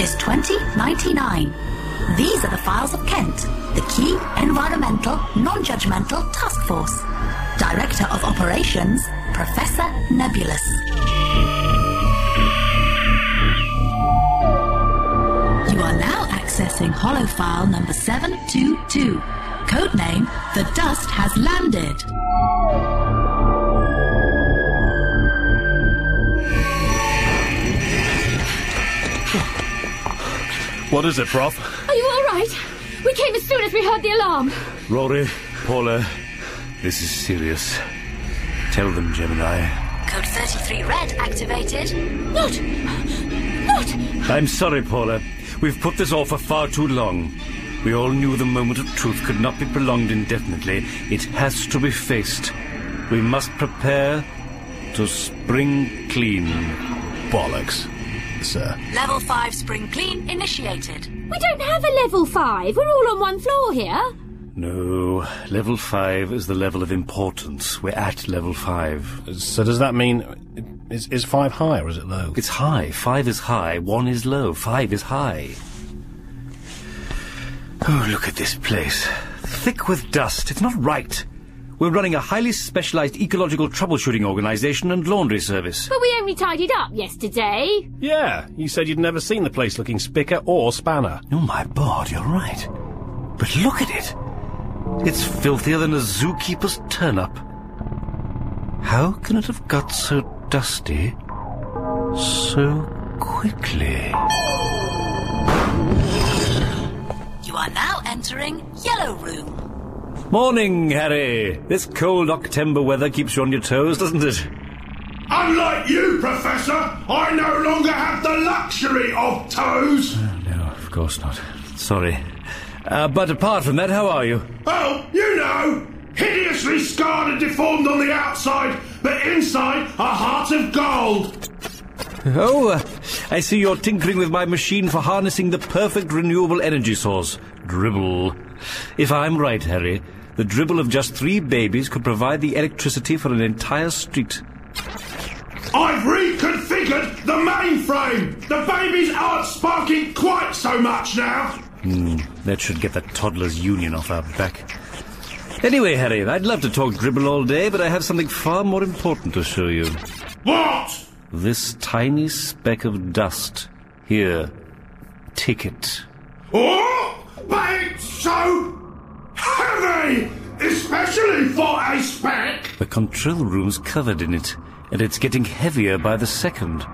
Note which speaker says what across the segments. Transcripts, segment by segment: Speaker 1: is 2099. These are the files of Kent, the Key Environmental Non-Judgmental Task Force. Director of Operations, Professor Nebulous. You are now accessing holofile number 722. Codename, The Dust Has Landed.
Speaker 2: What is it, Prof?
Speaker 3: Are you all right? We came as soon as we heard the alarm.
Speaker 2: Rory, Paula, this is serious. Tell them, Gemini.
Speaker 1: Code 33 Red activated.
Speaker 3: Not! Not!
Speaker 2: I'm sorry, Paula. We've put this off for far too long. We all knew the moment of truth could not be prolonged indefinitely. It has to be faced. We must prepare to spring clean.
Speaker 4: Bollocks, sir.
Speaker 1: Level 5 Spring Clean initiated.
Speaker 3: We don't have a level five. We're all on one floor here.
Speaker 2: No, level five is the level of importance. We're at level five.
Speaker 4: So does that mean is is five high or is it low?
Speaker 2: It's high. Five is high. One is low. Five is high. Oh, look at this place. Thick with dust. It's not right. We're running a highly specialized ecological troubleshooting organization and laundry service.
Speaker 3: But we only tidied up yesterday.
Speaker 4: Yeah, you said you'd never seen the place looking spicker or spanner.
Speaker 2: Oh, my God, you're right. But look at it. It's filthier than a zookeeper's turnip. How can it have got so dusty so quickly?
Speaker 1: You are now entering Yellow Room.
Speaker 2: Morning, Harry. This cold October weather keeps you on your toes, doesn't it?
Speaker 5: Unlike you, Professor, I no longer have the luxury of toes.
Speaker 2: No, of course not. Sorry. Uh, but apart from that, how are you?
Speaker 5: Oh, you know, hideously scarred and deformed on the outside, but inside a heart of gold.
Speaker 2: Oh, uh, I see you're tinkering with my machine for harnessing the perfect renewable energy source. Dribble. If I'm right, Harry, the dribble of just three babies could provide the electricity for an entire street.
Speaker 5: I've reconfigured the mainframe. The babies aren't sparking quite so much now.
Speaker 2: Hmm, That should get the toddlers' union off our back. Anyway, Harry, I'd love to talk dribble all day, but I have something far more important to show you.
Speaker 5: What?
Speaker 2: This tiny speck of dust. Here. Take it.
Speaker 5: Oh, but it's so heavy, especially for a speck.
Speaker 2: The control room's covered in it, and it's getting heavier by the second.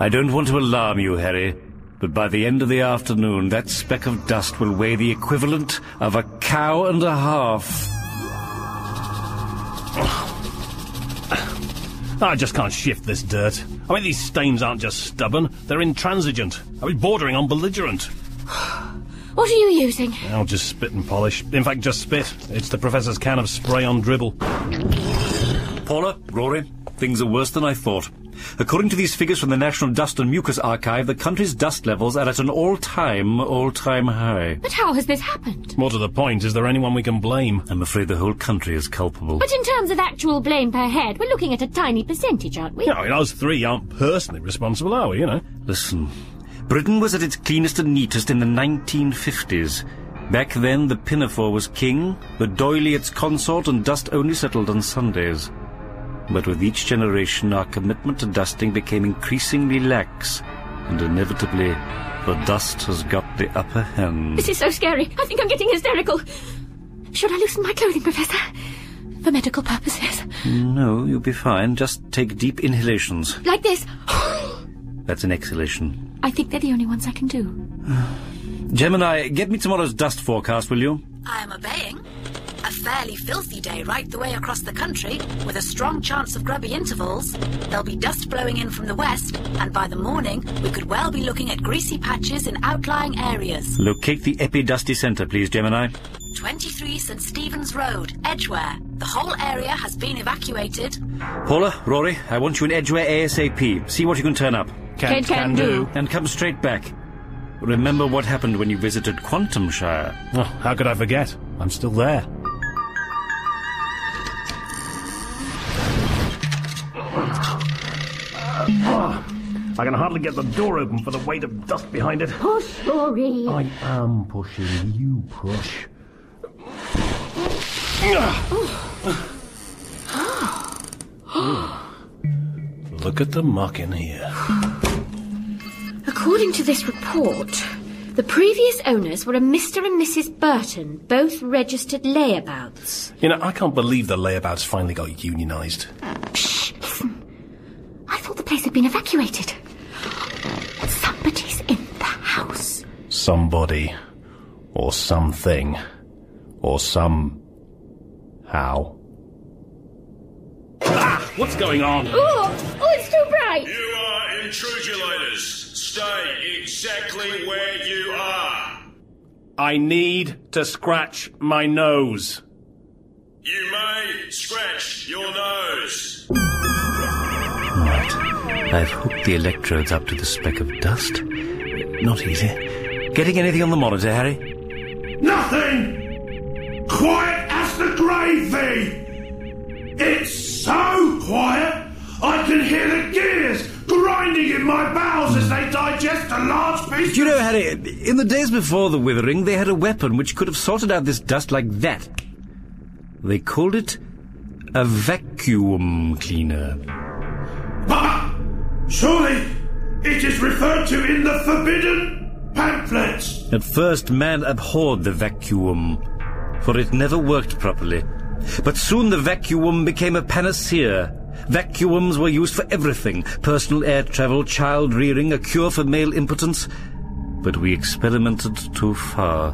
Speaker 2: I don't want to alarm you, Harry, but by the end of the afternoon, that speck of dust will weigh the equivalent of a cow and a half.
Speaker 4: I just can't shift this dirt. I mean, these stains aren't just stubborn; they're intransigent. I mean, bordering on belligerent.
Speaker 3: What are you using?
Speaker 4: I'll just spit and polish. In fact, just spit. It's the professor's can of spray on dribble.
Speaker 2: Paula, Rory, things are worse than I thought. According to these figures from the National Dust and Mucus Archive, the country's dust levels are at an all-time, all-time high.
Speaker 3: But how has this happened?
Speaker 4: More to the point, is there anyone we can blame?
Speaker 2: I'm afraid the whole country is culpable.
Speaker 3: But in terms of actual blame per head, we're looking at a tiny percentage, aren't we?
Speaker 4: You know, I mean, us three aren't personally responsible, are we? You know.
Speaker 2: Listen, Britain was at its cleanest and neatest in the 1950s. Back then, the pinafore was king, the doily its consort, and dust only settled on Sundays. But with each generation, our commitment to dusting became increasingly lax, and inevitably, the dust has got the upper hand.
Speaker 3: This is so scary. I think I'm getting hysterical. Should I loosen my clothing, Professor? For medical purposes.
Speaker 2: No, you'll be fine. Just take deep inhalations.
Speaker 3: Like this.
Speaker 2: That's an exhalation.
Speaker 3: I think they're the only ones I can do.
Speaker 2: Gemini, get me tomorrow's dust forecast, will you?
Speaker 1: I am obeying. A fairly filthy day right the way across the country, with a strong chance of grubby intervals. There'll be dust blowing in from the west, and by the morning, we could well be looking at greasy patches in outlying areas.
Speaker 2: Locate the epi-dusty centre, please, Gemini.
Speaker 1: 23 St. Stephen's Road, Edgware. The whole area has been evacuated.
Speaker 2: Paula, Rory, I want you in Edgware ASAP. See what you can turn up.
Speaker 3: Can- can do.
Speaker 2: And come straight back. Remember what happened when you visited Quantumshire.
Speaker 4: Oh, how could I forget? I'm still there. I can hardly get the door open for the weight of dust behind it.
Speaker 3: Push, Rory.
Speaker 4: I am pushing. You push.
Speaker 6: Ah.
Speaker 4: Look at the muck in here.
Speaker 3: According to this report, the previous owners were a Mr. and Mrs. Burton, both registered layabouts.
Speaker 4: You know, I can't believe the layabouts finally got unionised.
Speaker 3: Shh, listen. I thought the place had been evacuated. Somebody's in the house.
Speaker 4: Somebody, or something, or some. How? Ah! What's going on?
Speaker 3: Oh, oh, it's too bright.
Speaker 5: You are intrusulators. Stay exactly where you are.
Speaker 4: I need to scratch my nose.
Speaker 5: You may scratch your nose.
Speaker 2: I've hooked the electrodes up to the speck of dust. Not easy. Getting anything on the monitor, Harry?
Speaker 5: Nothing! Quiet as the grave, thee! It's so quiet, I can hear the gears grinding in my bowels as they digest a large piece
Speaker 2: Do you know, Harry, in the days before the withering, they had a weapon which could have sorted out this dust like that. They called it a vacuum cleaner.
Speaker 5: But surely it is referred to in the forbidden pamphlets.
Speaker 2: At first, man abhorred the vacuum, for it never worked properly. But soon the vacuum became a panacea. Vacuums were used for everything personal air travel, child rearing, a cure for male impotence. But we experimented too far.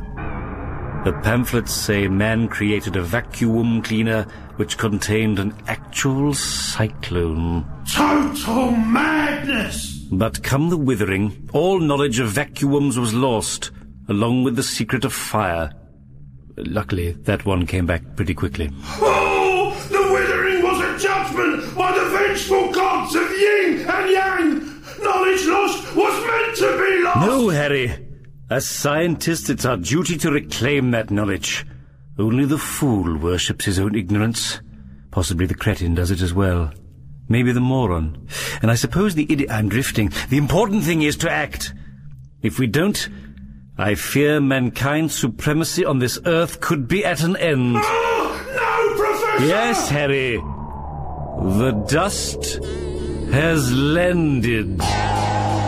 Speaker 2: The pamphlets say man created a vacuum cleaner which contained an actual cyclone.
Speaker 5: Total madness.
Speaker 2: But come the withering, all knowledge of vacuums was lost, along with the secret of fire. Luckily, that one came back pretty quickly.
Speaker 5: Oh, the withering was a judgment by the vengeful gods of yin and yang. Knowledge lost was meant to be lost.
Speaker 2: No, Harry. As scientists, it's our duty to reclaim that knowledge. Only the fool worships his own ignorance. Possibly the cretin does it as well. Maybe the moron. And I suppose the idiot. I'm drifting. The important thing is to act. If we don't, I fear mankind's supremacy on this earth could be at an end.
Speaker 5: Oh, no, Professor.
Speaker 2: Yes, Harry. The dust has landed.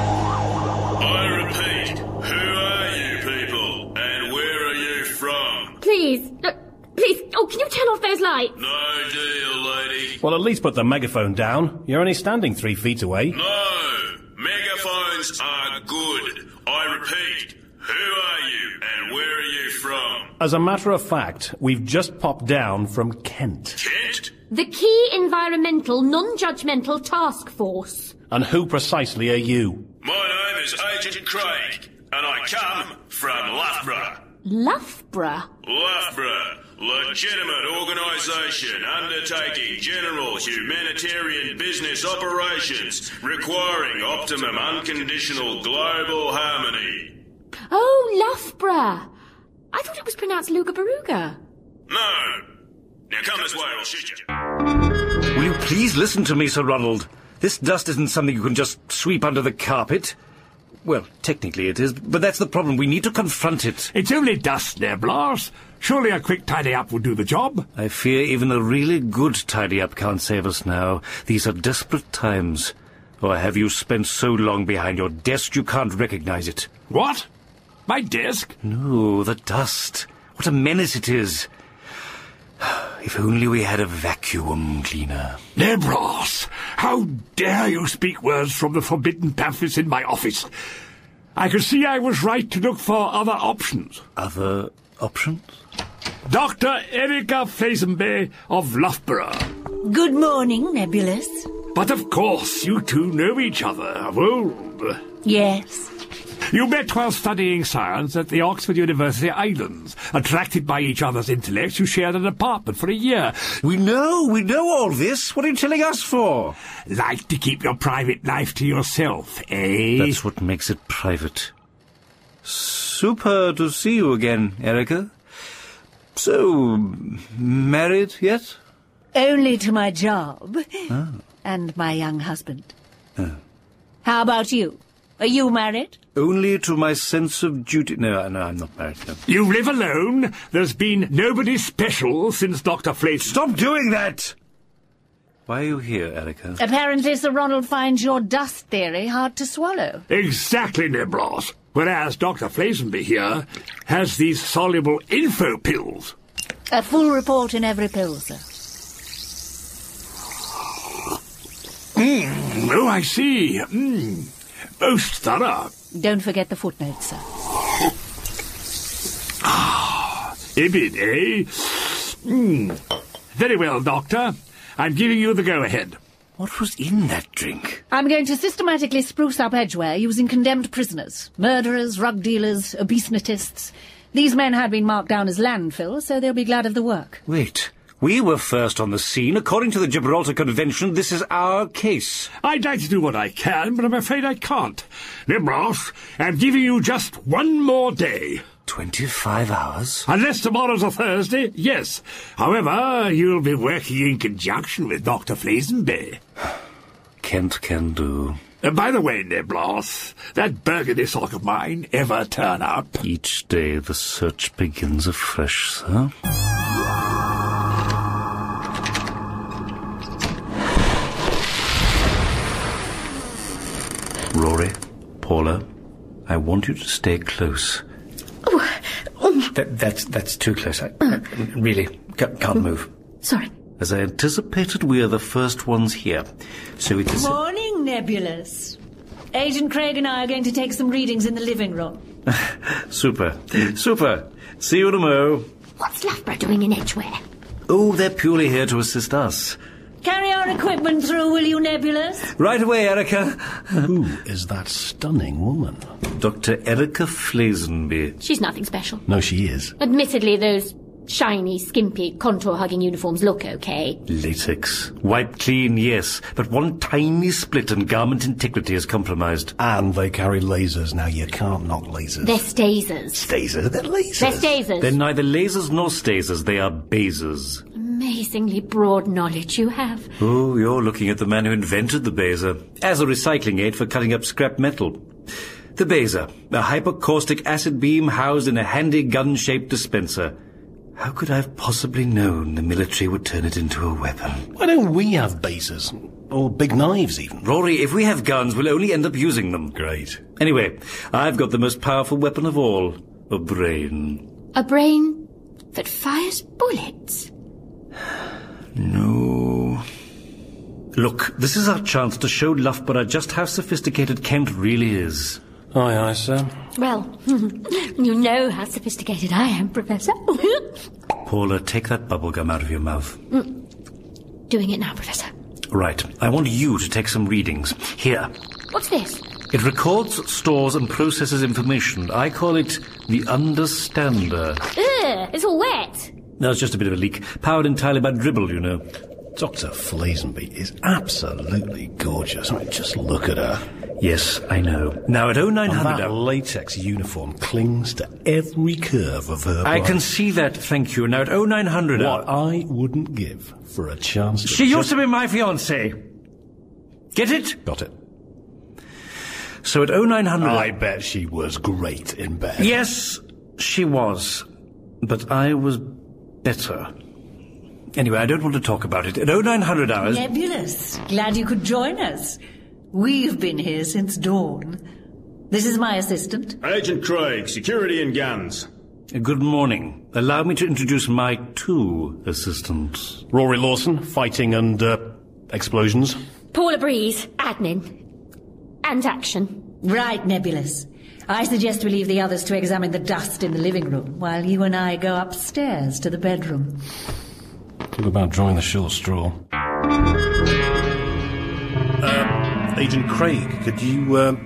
Speaker 5: I repeat, who are you people and where are you from?
Speaker 3: Please, no, please. Oh, can you turn off those lights?
Speaker 5: No deal, lady.
Speaker 4: Well, at least put the megaphone down. You're only standing three feet away.
Speaker 5: No, megaphones are good. I repeat, who are you and where are you from?
Speaker 4: As a matter of fact, we've just popped down from Kent.
Speaker 5: Kent?
Speaker 3: The Key Environmental Non-Judgmental Task Force.
Speaker 4: And who precisely are you?
Speaker 5: My name is Agent Craig, and I come from Loughborough.
Speaker 3: Loughborough.
Speaker 5: LAFRA, legitimate organisation undertaking general humanitarian business operations requiring optimum unconditional global harmony.
Speaker 3: Oh, Loughborough. I thought it was pronounced Lugabaruga.
Speaker 5: No. Now come this way or I'll shoot you.
Speaker 2: Will you please listen to me, Sir Ronald? This dust isn't something you can just sweep under the carpet. Well, technically it is, but that's the problem. We need to confront it.
Speaker 7: It's only dust, Neblars. Surely a quick tidy up will do the job.
Speaker 2: I fear even a really good tidy up can't save us now. These are desperate times. Or have you spent so long behind your desk you can't recognize it?
Speaker 7: What? My desk?
Speaker 2: No, the dust. What a menace it is. If only we had a vacuum cleaner.
Speaker 7: Neblars, how dare you speak words from the forbidden pamphlets in my office? I could see I was right to look for other options.
Speaker 2: Other options?
Speaker 7: Dr. Erika Flasenby of Loughborough.
Speaker 6: Good morning, Nebulous.
Speaker 7: But of course, you two know each other of old.
Speaker 6: Yes.
Speaker 7: You met while studying science at the Oxford University Islands. Attracted by each other's intellects, you shared an apartment for a year.
Speaker 2: We know, we know all this. What are you telling us for?
Speaker 7: Like to keep your private life to yourself, eh?
Speaker 2: That's what makes it private. Super to see you again, Erica. So, married yet? Ah.
Speaker 6: Only to my job and my young husband.
Speaker 8: How about you? Are you married?
Speaker 2: Only to my sense of duty. No, no, I'm not married. No.
Speaker 7: You live alone. There's been nobody special since Dr. Flayton.
Speaker 2: Stop doing that! Why are you here, Erica?
Speaker 8: Apparently, Sir Ronald finds your dust theory hard to swallow.
Speaker 7: Exactly, Nibros. Whereas Dr. Flazenby here has these soluble info pills.
Speaker 8: A full report in every pill, sir.
Speaker 2: Hmm.
Speaker 7: Oh, I see. Mm. Most thorough.
Speaker 8: Don't forget the footnotes, sir.
Speaker 7: Ah, Ibid, eh? Mm. Very well, Doctor. I'm giving you the go-ahead.
Speaker 2: What was in that drink?
Speaker 8: I'm going to systematically spruce up Edgware using condemned prisoners, murderers, drug dealers, obesitionists. These men had been marked down as landfill, so they'll be glad of the work.
Speaker 2: Wait. We were first on the scene. According to the Gibraltar Convention, this is our case.
Speaker 7: I'd like to do what I can, but I'm afraid I can't. Nibros, I'm giving you just one more day.
Speaker 2: 25 hours?
Speaker 7: Unless tomorrow's a Thursday, yes. However, you'll be working in conjunction with Dr. Flazenby.
Speaker 2: Kent can do.
Speaker 7: Uh, by the way, Niblos, that burgundy sock of mine ever turn up?
Speaker 2: Each day the search begins afresh, sir. Rory, Paula, I want you to stay close.
Speaker 3: Oh.
Speaker 9: That, that's that's too close. I, I really ca- can't move.
Speaker 3: Sorry.
Speaker 2: As I anticipated, we are the first ones here. So it is.
Speaker 8: Morning, Nebulous. Agent Craig and I are going to take some readings in the living room.
Speaker 2: Super. Super. See you tomorrow.
Speaker 3: What's Loughborough doing in Edgeware?
Speaker 2: Oh, they're purely here to assist us.
Speaker 8: Carry our equipment through, will you, Nebulous?
Speaker 2: Right away, Erica.
Speaker 10: Who is that stunning woman?
Speaker 2: Dr. Erica Flazenby.
Speaker 3: She's nothing special.
Speaker 10: No, she is.
Speaker 3: Admittedly, those shiny, skimpy, contour-hugging uniforms look okay.
Speaker 2: Latex. Wiped clean, yes, but one tiny split and garment integrity is compromised.
Speaker 4: And they carry lasers. Now, you can't knock lasers.
Speaker 3: They're stasers.
Speaker 4: Lasers? They're lasers.
Speaker 3: They're stasers.
Speaker 2: They're neither lasers nor stasers, they are basers.
Speaker 3: Amazingly broad knowledge you have.
Speaker 2: Oh, you're looking at the man who invented the baser as a recycling aid for cutting up scrap metal. The baser, a hypercaustic acid beam housed in a handy gun-shaped dispenser. How could I have possibly known the military would turn it into a weapon?
Speaker 4: Why don't we have basers? Or big knives, even.
Speaker 2: Rory, if we have guns, we'll only end up using them.
Speaker 4: Great.
Speaker 2: Anyway, I've got the most powerful weapon of all, a brain.
Speaker 3: A brain that fires bullets.
Speaker 2: No. Look, this is our chance to show Loughborough just how sophisticated Kent really is.
Speaker 4: Aye, aye, sir.
Speaker 3: Well, you know how sophisticated I am, Professor.
Speaker 2: Paula, take that bubblegum out of your mouth.
Speaker 3: doing it now, Professor.
Speaker 2: Right, I want you to take some readings. Here.
Speaker 3: What's this?
Speaker 2: It records, stores, and processes information. I call it the Understander.
Speaker 3: Ugh, it's all wet.
Speaker 2: That was just a bit of a leak, powered entirely by dribble, you know.
Speaker 4: Dr. Flazenby is absolutely gorgeous. I mean, just look at her.
Speaker 2: Yes, I know. Now at 0900...
Speaker 4: And that latex uniform clings to every curve of her
Speaker 2: I
Speaker 4: body.
Speaker 2: can see that, thank you. Now at 0900...
Speaker 4: What I wouldn't give for a chance to...
Speaker 2: She used to be my fiancée. Get it?
Speaker 4: Got it.
Speaker 2: So at 0900...
Speaker 4: I bet she was great in bed.
Speaker 2: Yes, she was. But I was better. Anyway, I don't want to talk about it. At 0900 hours...
Speaker 8: Nebulous. Glad you could join us. We've been here since dawn. This is my assistant,
Speaker 11: Agent Craig, security and guns.
Speaker 2: Good morning. Allow me to introduce my two assistants.
Speaker 10: Rory Lawson, fighting and, uh, explosions.
Speaker 3: Paula Breeze, admin. And action.
Speaker 8: Right, Nebulous. I suggest we leave the others to examine the dust in the living room while you and I go upstairs to the bedroom.
Speaker 4: Talk about drawing the short straw. Uh, Agent Craig, could you uh,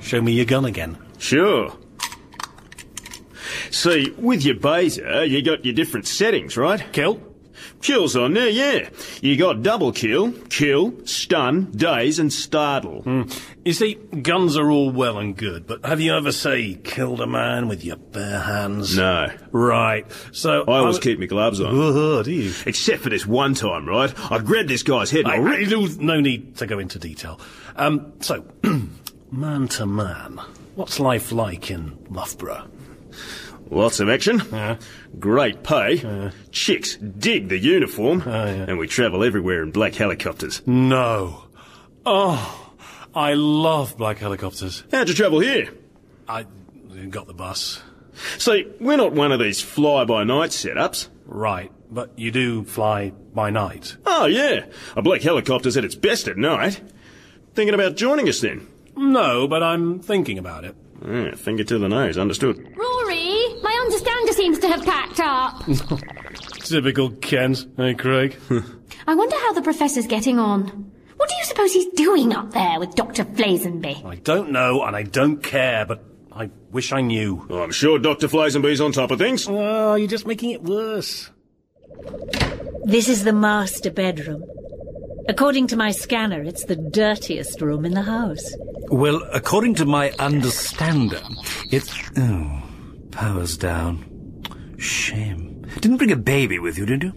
Speaker 4: show me your gun again?
Speaker 11: Sure. See, with your baser, you got your different settings, right?
Speaker 10: Kill.
Speaker 11: Kills on there, yeah. You got double kill, kill, stun, daze, and startle.
Speaker 4: Hmm. You see, guns are all well and good, but have you ever, say, killed a man with your bare hands?
Speaker 11: No.
Speaker 4: Right. So
Speaker 11: I always
Speaker 4: I-
Speaker 11: keep my gloves on.
Speaker 4: Oh, do you?
Speaker 11: Except for this one time, right? I grabbed this guy's head and I,
Speaker 4: I,
Speaker 11: ripped.
Speaker 4: I- no need to go into detail. Um, so, man to man, what's life like in Loughborough?
Speaker 11: Lots of action. Great pay. Chicks dig the uniform.
Speaker 4: Oh,
Speaker 11: And we travel everywhere in black helicopters.
Speaker 4: No. Oh, I love black helicopters.
Speaker 11: How'd you travel here?
Speaker 4: I got the bus.
Speaker 11: See, we're not one of these fly by night setups.
Speaker 4: Right, but you do fly by night.
Speaker 11: Oh, yeah. A black helicopter's at its best at night. Thinking about joining us then?
Speaker 4: No, but I'm thinking about it.
Speaker 11: Yeah, finger to the nose, understood.
Speaker 12: Rory, my understander seems to have packed up.
Speaker 4: Typical Kent. Hey, Craig.
Speaker 12: I wonder how the professor's getting on. What do you suppose he's doing up there with Dr. Flazenby?
Speaker 4: I don't know and I don't care, but I wish I knew.
Speaker 11: I'm sure Dr. Flazenby's on top of things.
Speaker 4: Oh, you're just making it worse.
Speaker 8: This is the master bedroom. According to my scanner, it's the dirtiest room in the house.
Speaker 2: Well, according to my understander, it's. Oh, power's down. Shame. Didn't bring a baby with you, did you?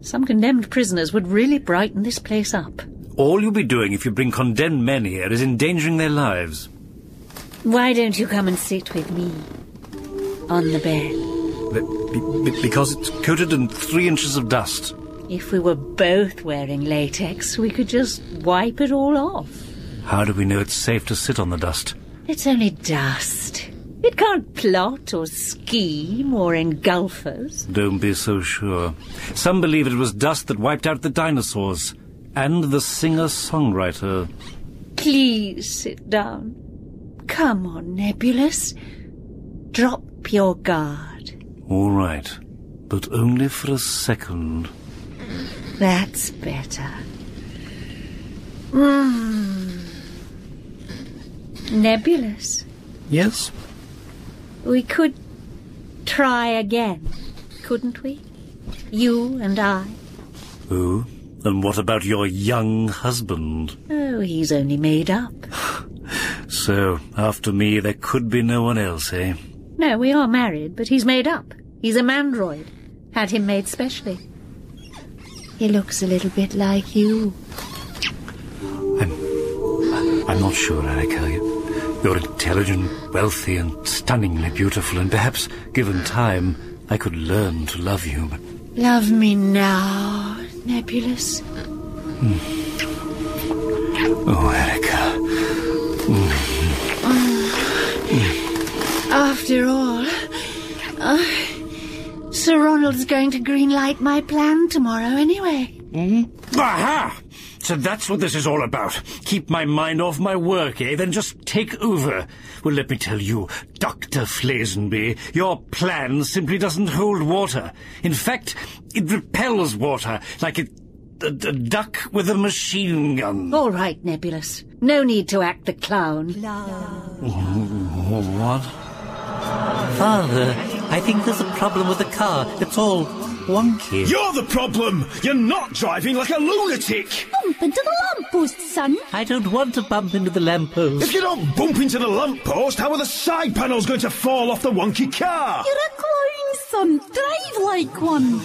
Speaker 8: Some condemned prisoners would really brighten this place up.
Speaker 2: All you'll be doing if you bring condemned men here is endangering their lives.
Speaker 8: Why don't you come and sit with me on the bed?
Speaker 2: Be- be- because it's coated in three inches of dust.
Speaker 8: If we were both wearing latex, we could just wipe it all off.
Speaker 2: How do we know it's safe to sit on the dust?
Speaker 8: It's only dust. It can't plot or scheme or engulf us.
Speaker 2: Don't be so sure. Some believe it was dust that wiped out the dinosaurs and the singer songwriter.
Speaker 8: Please sit down. Come on, Nebulous. Drop your guard.
Speaker 2: All right, but only for a second.
Speaker 8: That's better. Mm. Nebulous.
Speaker 2: Yes?
Speaker 8: We could try again, couldn't we? You and I.
Speaker 2: Oh? And what about your young husband?
Speaker 8: Oh, he's only made up.
Speaker 2: So, after me, there could be no one else, eh?
Speaker 8: No, we are married, but he's made up. He's a mandroid. Had him made specially. He looks a little bit like you.
Speaker 2: I'm not sure, Arakalia. You're intelligent, wealthy, and stunningly beautiful, and perhaps, given time, I could learn to love you, but
Speaker 8: Love me now, Nebulous.
Speaker 2: Oh, Erica.
Speaker 8: After all, uh, Sir Ronald's going to greenlight my plan tomorrow anyway. Mm-hmm.
Speaker 2: Aha! So that's what this is all about. Keep my mind off my work, eh? Then just take over. Well, let me tell you, Dr. Flasenby, your plan simply doesn't hold water. In fact, it repels water like a, a, a duck with a machine gun.
Speaker 8: All right, Nebulous. No need to act the clown.
Speaker 2: What?
Speaker 13: Father, I think there's a problem with the car. It's all wonky.
Speaker 11: You're the problem! You're not driving like a lunatic!
Speaker 13: Bump into the lamppost, son. I don't want to bump into the lamppost.
Speaker 11: If you don't bump into the lamppost, how are the side panels going to fall off the wonky car?
Speaker 13: You're a clown, son. Drive like one.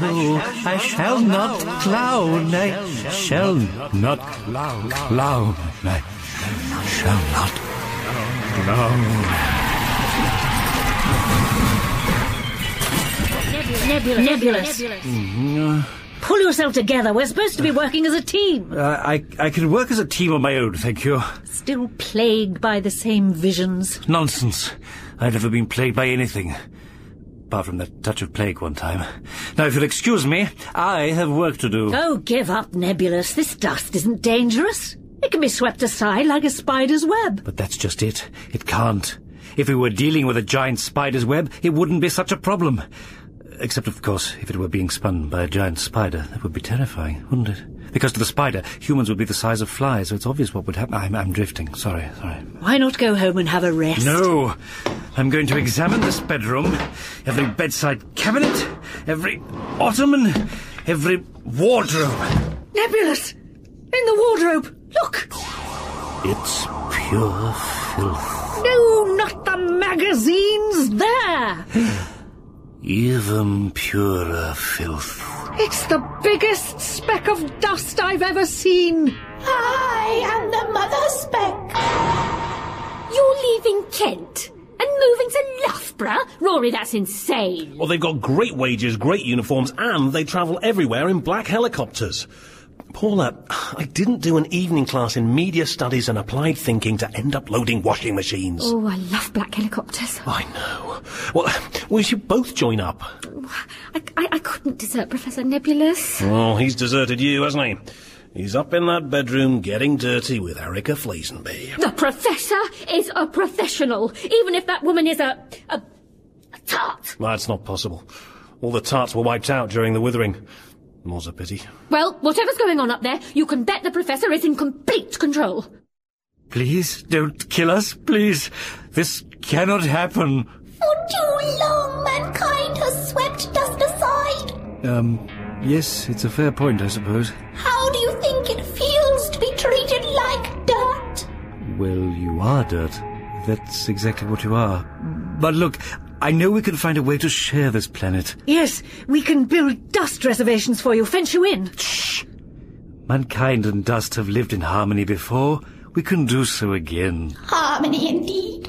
Speaker 13: No, I shall not clown. I shall not clown.
Speaker 2: Clown, I shall not. Clown.
Speaker 8: Nebulous. Nebulous. Pull yourself together. We're supposed to be working as a team.
Speaker 2: Uh, I, I can work as a team on my own, thank you.
Speaker 8: Still plagued by the same visions.
Speaker 2: Nonsense. I've never been plagued by anything. Apart from that touch of plague one time. Now, if you'll excuse me, I have work to do.
Speaker 8: Oh, give up, Nebulous. This dust isn't dangerous. It can be swept aside like a spider's web.
Speaker 2: But that's just it. It can't. If we were dealing with a giant spider's web, it wouldn't be such a problem. Except, of course, if it were being spun by a giant spider, that would be terrifying, wouldn't it? Because to the spider, humans would be the size of flies, so it's obvious what would happen. I'm, I'm drifting. Sorry, sorry.
Speaker 8: Why not go home and have a rest?
Speaker 2: No! I'm going to examine this bedroom, every bedside cabinet, every ottoman, every wardrobe.
Speaker 6: Nebulous! In the wardrobe! Look!
Speaker 2: It's pure filth.
Speaker 6: No, not the magazines! There!
Speaker 2: Even purer filth.
Speaker 6: It's the biggest speck of dust I've ever seen!
Speaker 12: I am the Mother Speck. You're leaving Kent and moving to Loughborough? Rory, that's insane.
Speaker 4: Well, they've got great wages, great uniforms, and they travel everywhere in black helicopters. Paula, I didn't do an evening class in media studies and applied thinking to end up loading washing machines.
Speaker 12: Oh, I love black helicopters.
Speaker 4: I know. Well, we should both join up.
Speaker 12: I, I couldn't desert Professor Nebulous.
Speaker 4: Oh, he's deserted you, hasn't he? He's up in that bedroom getting dirty with Erica Flazenby.
Speaker 12: The professor is a professional, even if that woman is a a, a tart.
Speaker 4: That's not possible. All the tarts were wiped out during the withering. More's a pity.
Speaker 12: Well, whatever's going on up there, you can bet the professor is in complete control.
Speaker 2: Please don't kill us, please. This cannot happen.
Speaker 9: For too long, mankind has swept dust aside.
Speaker 2: Um, yes, it's a fair point, I suppose.
Speaker 9: How do you think it feels to be treated like dirt?
Speaker 2: Well, you are dirt. That's exactly what you are. But look, I know we can find a way to share this planet.
Speaker 6: Yes, we can build dust reservations for you, fence you in.
Speaker 2: Mankind and dust have lived in harmony before. We can do so again.
Speaker 9: Harmony indeed.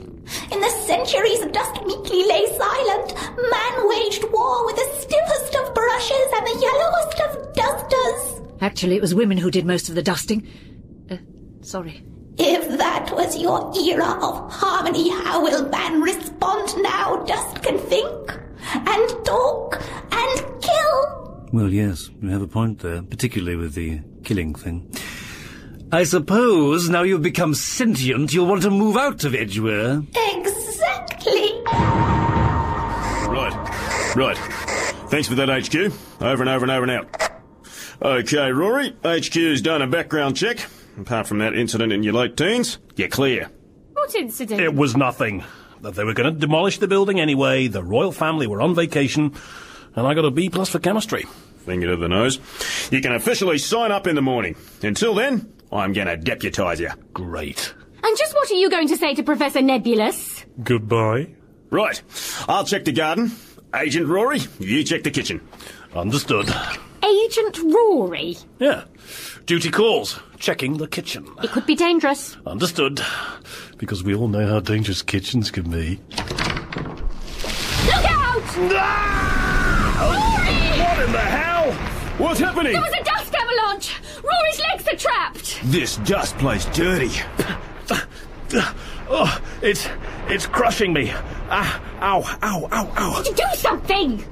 Speaker 9: In the centuries dust meekly lay silent, man waged war with the stiffest of brushes and the yellowest of dusters.
Speaker 6: Actually, it was women who did most of the dusting. Uh, sorry.
Speaker 9: If that was your era of harmony, how will man respond now? Dust can think and talk and kill.
Speaker 2: Well, yes, you have a point there, particularly with the killing thing. I suppose now you've become sentient, you'll want to move out of Edgeware.
Speaker 9: Exactly.
Speaker 11: Right, right. Thanks for that, HQ. Over and over and over and out. Okay, Rory, HQ's done a background check. Apart from that incident in your late teens, you're clear.
Speaker 12: What incident?
Speaker 4: It was nothing. But they were going to demolish the building anyway. The royal family were on vacation, and I got a B plus for chemistry.
Speaker 11: Finger to the nose. You can officially sign up in the morning. Until then, I'm going to deputise you. Great.
Speaker 12: And just what are you going to say to Professor Nebulous?
Speaker 11: Goodbye. Right. I'll check the garden. Agent Rory, you check the kitchen.
Speaker 4: Understood.
Speaker 12: Agent Rory.
Speaker 4: Yeah. Duty calls. Checking the kitchen.
Speaker 12: It could be dangerous.
Speaker 4: Um, Understood. Because we all know how dangerous kitchens can be.
Speaker 9: Look out!
Speaker 11: What in the hell? What's happening?
Speaker 9: There was a dust avalanche! Rory's legs are trapped!
Speaker 11: This dust place dirty.
Speaker 4: Oh, it's it's crushing me. Ah, ow, ow, ow, ow.
Speaker 9: Do something!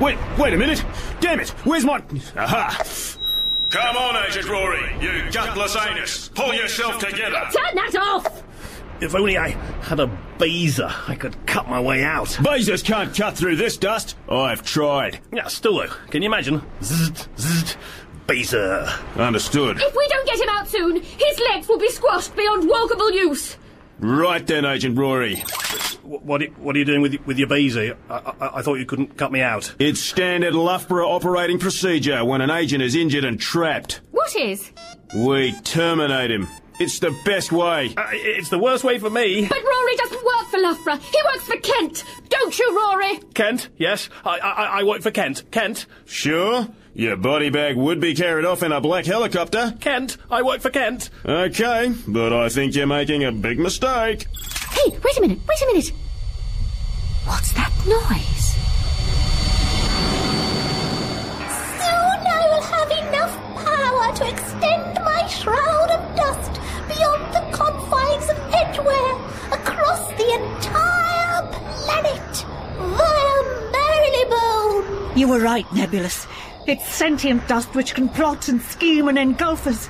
Speaker 11: Wait, wait a minute. Damn it. Where's my. Aha. Come on, Agent Rory, you gutless anus. Pull yourself together.
Speaker 12: Turn that off!
Speaker 4: If only I had a baser, I could cut my way out.
Speaker 11: Basers can't cut through this dust. I've tried.
Speaker 4: Yeah, still though. Can you imagine? Zzzt, zzzt. Baser.
Speaker 11: Understood.
Speaker 12: If we don't get him out soon, his legs will be squashed beyond walkable use.
Speaker 11: Right then, Agent Rory.
Speaker 4: What, what, are- what are you doing with, y- with your baser? I, I, I thought you couldn't cut me out.
Speaker 11: It's standard Loughborough operating procedure when an agent is injured and trapped.
Speaker 12: What is?
Speaker 11: We terminate him. It's the best way.
Speaker 4: Uh, it's the worst way for me.
Speaker 12: But Rory doesn't work for Loughborough. He works for Kent. Don't you, Rory?
Speaker 4: Kent, yes? I, I, I work for Kent. Kent?
Speaker 11: Sure? Your body bag would be carried off in a black helicopter.
Speaker 4: Kent? I work for Kent.
Speaker 11: Okay, but I think you're making a big mistake.
Speaker 12: Hey, wait a minute, wait a minute. What's that noise?
Speaker 9: Soon I will have enough power to extend my shroud of dust beyond the confines of Edgeware, across the entire planet, via Marylebone.
Speaker 6: You were right, Nebulous. It's sentient dust which can plot and scheme and engulf us.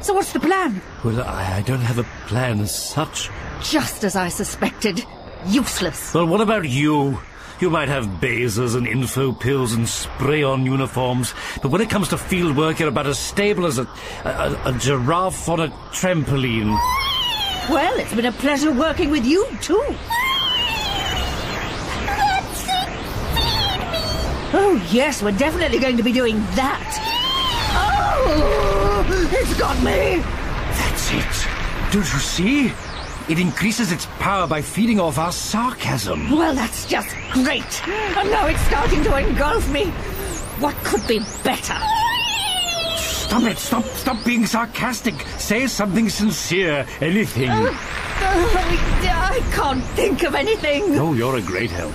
Speaker 6: So what's the plan?
Speaker 2: Well, I, I don't have a plan as such.
Speaker 6: Just as I suspected. Useless.
Speaker 2: Well, what about you? You might have basers and info pills and spray on uniforms, but when it comes to field work, you're about as stable as a, a, a, a giraffe on a trampoline.
Speaker 6: Well, it's been a pleasure working with you, too.
Speaker 9: That's it. Feed me.
Speaker 6: Oh, yes, we're definitely going to be doing that. Oh, it's got me.
Speaker 14: That's it. Don't you see? It increases its power by feeding off our sarcasm.
Speaker 6: Well, that's just great. And now it's starting to engulf me. What could be better?
Speaker 14: Stop it! Stop! Stop being sarcastic. Say something sincere. Anything.
Speaker 6: Oh, I can't think of anything.
Speaker 14: Oh, you're a great help.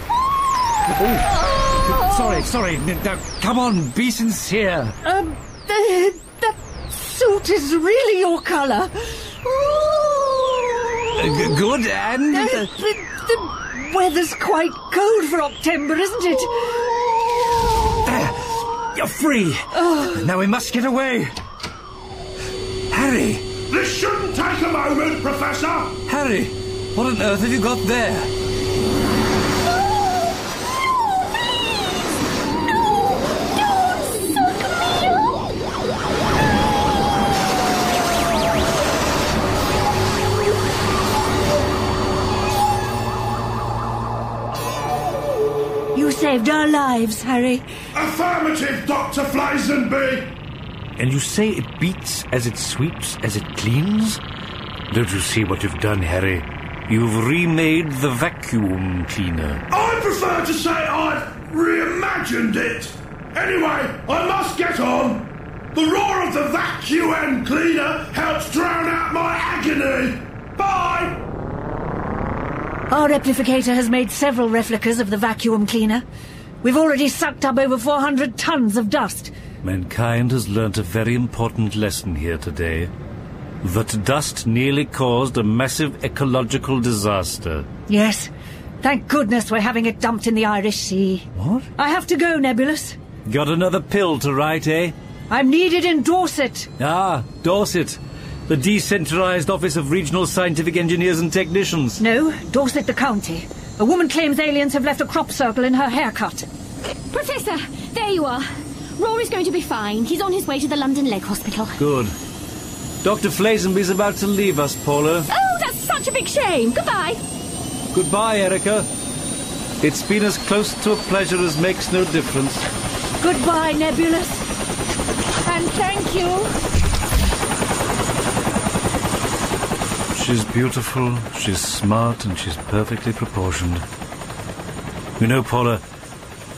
Speaker 14: Oh, sorry, sorry. N- Now, come on, be sincere.
Speaker 6: Um, the, that suit is really your colour.
Speaker 14: Uh, g- good and.
Speaker 6: Uh, the, the weather's quite cold for October, isn't it?
Speaker 14: You're free.
Speaker 6: Oh,
Speaker 14: Now we must get away. Harry,
Speaker 5: This shouldn't take a moment, Professor!
Speaker 14: Harry, what on earth have you got there?
Speaker 6: You saved our lives, Harry.
Speaker 5: Affirmative, Dr. Fleisenby!
Speaker 2: And you say it beats as it sweeps as it cleans? Don't you see what you've done, Harry? You've remade the vacuum cleaner.
Speaker 5: I prefer to say I've reimagined it. Anyway, I must get on. The roar of the vacuum cleaner helps drown out my agony. Bye!
Speaker 8: Our replicator has made several replicas of the vacuum cleaner. We've already sucked up over 400 tons of dust.
Speaker 2: Mankind has learnt a very important lesson here today. That dust nearly caused a massive ecological disaster.
Speaker 8: Yes. Thank goodness we're having it dumped in the Irish Sea. What? I have to go, Nebulous.
Speaker 2: Got another pill to write, eh?
Speaker 8: I'm needed in Dorset.
Speaker 2: Ah, Dorset. The decentralized office of regional scientific engineers and technicians.
Speaker 8: No, Dorset the county. A woman claims aliens have left a crop circle in her haircut.
Speaker 3: Professor, there you are. Rory's going to be fine. He's on his way to the London Leg Hospital.
Speaker 2: Good. Dr. Flasenby's about to leave us, Paula.
Speaker 3: Oh, that's such a big shame. Goodbye.
Speaker 2: Goodbye, Erica. It's been as close to a pleasure as makes no difference.
Speaker 8: Goodbye, Nebulous. And thank you.
Speaker 2: She's beautiful, she's smart, and she's perfectly proportioned. You know, Paula,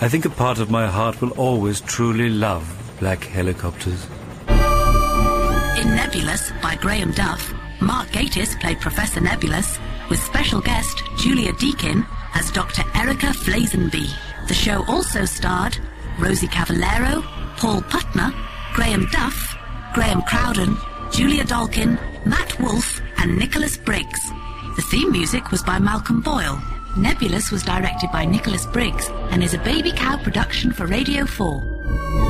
Speaker 2: I think a part of my heart will always truly love black helicopters.
Speaker 1: In Nebulous by Graham Duff, Mark Gatiss played Professor Nebulous, with special guest Julia Deakin as Dr. Erica Flazenby. The show also starred Rosie Cavallero, Paul Putner, Graham Duff, Graham Crowden, Julia Dolkin, Matt Wolfe, and Nicholas Briggs. The theme music was by Malcolm Boyle. Nebulous was directed by Nicholas Briggs and is a Baby Cow production for Radio 4.